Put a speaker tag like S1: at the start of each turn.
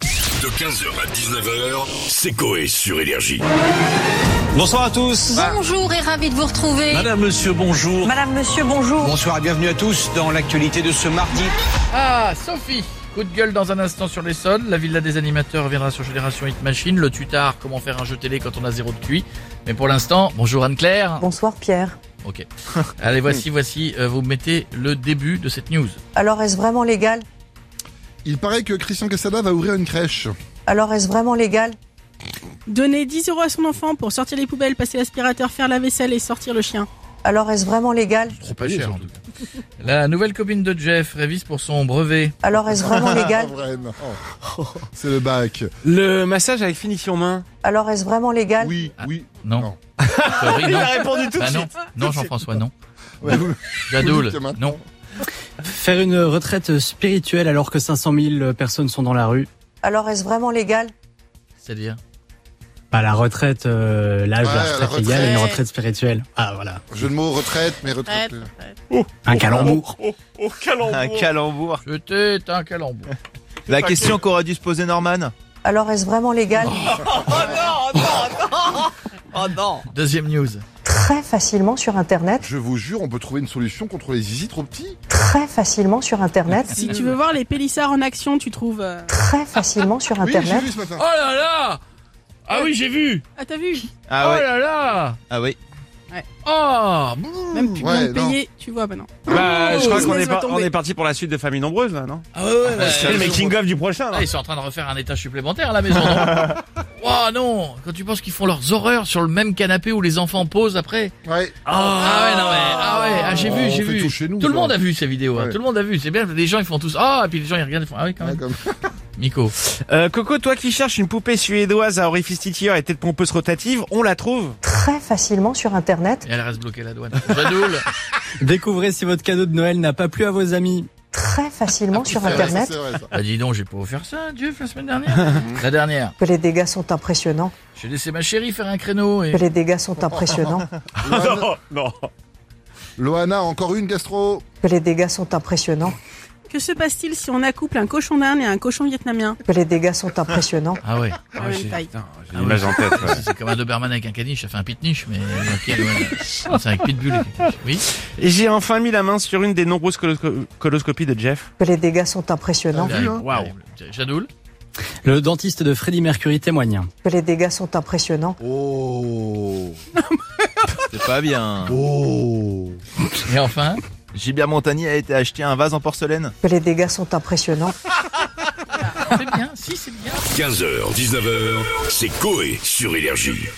S1: De 15h à 19h, c'est Coé sur Énergie.
S2: Bonsoir à tous.
S3: Bonjour et ravi de vous retrouver.
S2: Madame, monsieur, bonjour.
S3: Madame, monsieur, bonjour.
S4: Bonsoir et bienvenue à tous dans l'actualité de ce mardi.
S5: Ah, Sophie Coup de gueule dans un instant sur les sols. La villa des animateurs reviendra sur Génération Hit Machine. Le tutard, comment faire un jeu télé quand on a zéro de cuit. Mais pour l'instant, bonjour Anne-Claire.
S6: Bonsoir Pierre.
S5: Ok. Allez, voici, voici, euh, vous mettez le début de cette news.
S6: Alors est-ce vraiment légal
S7: Il paraît que Christian Quesada va ouvrir une crèche.
S6: Alors est-ce vraiment légal
S8: Donner 10 euros à son enfant pour sortir les poubelles, passer l'aspirateur, faire la vaisselle et sortir le chien.
S6: Alors est-ce vraiment légal
S5: Trop pas cher en tout cas. La nouvelle copine de Jeff révise pour son brevet.
S6: Alors est-ce vraiment légal
S7: Vren. C'est le bac.
S9: Le massage avec finition main.
S6: Alors est-ce vraiment légal
S7: Oui,
S5: Ah.
S7: oui.
S5: Non.
S7: Non.
S5: Sorry, non.
S9: répondu tout
S5: Bah non. Non, Jean-François, non.
S7: Ouais, vous-
S5: Jadoul,
S7: dites maintenant.
S5: Ah. non.
S9: Faire une retraite spirituelle alors que 500 000 personnes sont dans la rue.
S6: Alors est-ce vraiment légal
S5: C'est-à-dire
S9: Pas la retraite, euh, l'âge de
S7: Ouais,
S9: la
S7: la
S9: retraite légale,
S8: retraite.
S9: une retraite spirituelle. Ah voilà,
S7: Jeu de mots, retraite, mais retraite.
S9: un calembour. Oh,
S10: Un calembour.
S5: C'était un calembour.
S10: La question qu'aurait dû se poser Norman.
S6: Alors est-ce vraiment légal
S5: Deuxième news.
S6: Très facilement sur internet,
S7: Je vous jure, on peut trouver une solution contre les zizi trop petits.
S6: très facilement sur internet,
S8: Si tu veux voir les pélissards en action, tu trouves. euh,
S6: très facilement sur
S7: Oui, j'ai
S6: internet.
S7: vu ce matin.
S5: Oh là là Ah oui, j'ai vu
S8: Ah t'as vu
S10: Ah
S5: Oh
S10: ouais.
S5: là là
S10: Ah oui.
S5: Oh
S8: Même plus besoin
S7: ouais,
S8: de
S7: non.
S8: payer, tu vois maintenant.
S9: Bah, je
S8: Oh,
S9: crois qu'on
S8: laisse-moi
S9: est, par-
S8: tomber.
S9: on est parti pour la suite de Famille Nombreuse là, non Euh,
S5: Ah ouais, ouais, ouais.
S9: C'est le making of du prochain.
S5: Ah, ils sont en train de refaire un étage supplémentaire à la maison. Oh non Quand tu penses qu'ils font leurs horreurs sur le même canapé où les enfants posent après.
S7: Ouais.
S5: ah ouais, non mais ah ouais, ah, j'ai
S7: Oh,
S5: vu, j'ai
S7: on fait
S5: vu.
S7: tout chez nous,
S5: le
S7: ça.
S5: monde a vu ces vidéos. hein.
S7: Ouais.
S5: Tout le monde a vu. C'est bien. Les gens ils font tous. Ah et puis les gens ils regardent ils font. Ah oui quand
S7: Ouais,
S5: même.
S7: comme-
S5: Miko.
S9: Euh, Coco, toi qui cherches une poupée suédoise à orifice titilleur et tête pompeuse rotative, on la trouve.
S6: Très facilement sur internet,
S5: Et elle reste bloquée à la douane. Jadoul.
S9: Découvrez si votre cadeau de Noël n'a pas plu à vos amis.
S6: très facilement sur
S7: C'est vrai,
S6: internet,
S7: c'est vrai, ça.
S5: Bah dis donc j'ai pas offert ça, Dieu, la semaine dernière. la dernière.
S6: que les dégâts sont impressionnants,
S5: J'ai laissé ma chérie faire un créneau et.
S6: que les dégâts sont impressionnants,
S7: Loana,
S9: non.
S7: Loana, encore une gastro.
S6: que les dégâts sont impressionnants,
S8: Que se passe-t-il si on accouple un cochon d'Inde et un cochon vietnamien
S6: que les dégâts sont impressionnants,
S5: Ah ouais.
S8: La même taille.
S9: J'ai l'image en tête. ouais.
S5: C'est comme un Doberman avec un caniche, ça fait un pitniche, mais ok, ouais. Non, c'est avec pitbull. et caniche. Oui.
S9: Et J'ai enfin mis la main sur une des nombreuses colosco- coloscopies de Jeff.
S6: que les dégâts sont impressionnants,
S5: Terrible,
S7: hein.
S5: terrible. Jadoul.
S9: Le dentiste de Freddie Mercury témoigne.
S6: que les dégâts sont impressionnants,
S7: Oh.
S10: C'est pas bien.
S7: Oh.
S5: Et enfin.
S10: Gilbert Montagnier a été acheté un vase en porcelaine.
S6: que les dégâts sont impressionnants.
S5: C'est bien, si c'est bien.
S1: 15h, 19h, c'est Coé sur Énergie.